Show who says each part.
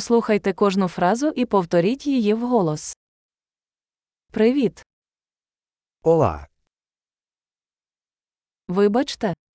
Speaker 1: Послухайте кожну фразу і повторіть її вголос. Привіт.
Speaker 2: Olá,
Speaker 1: Вибачте,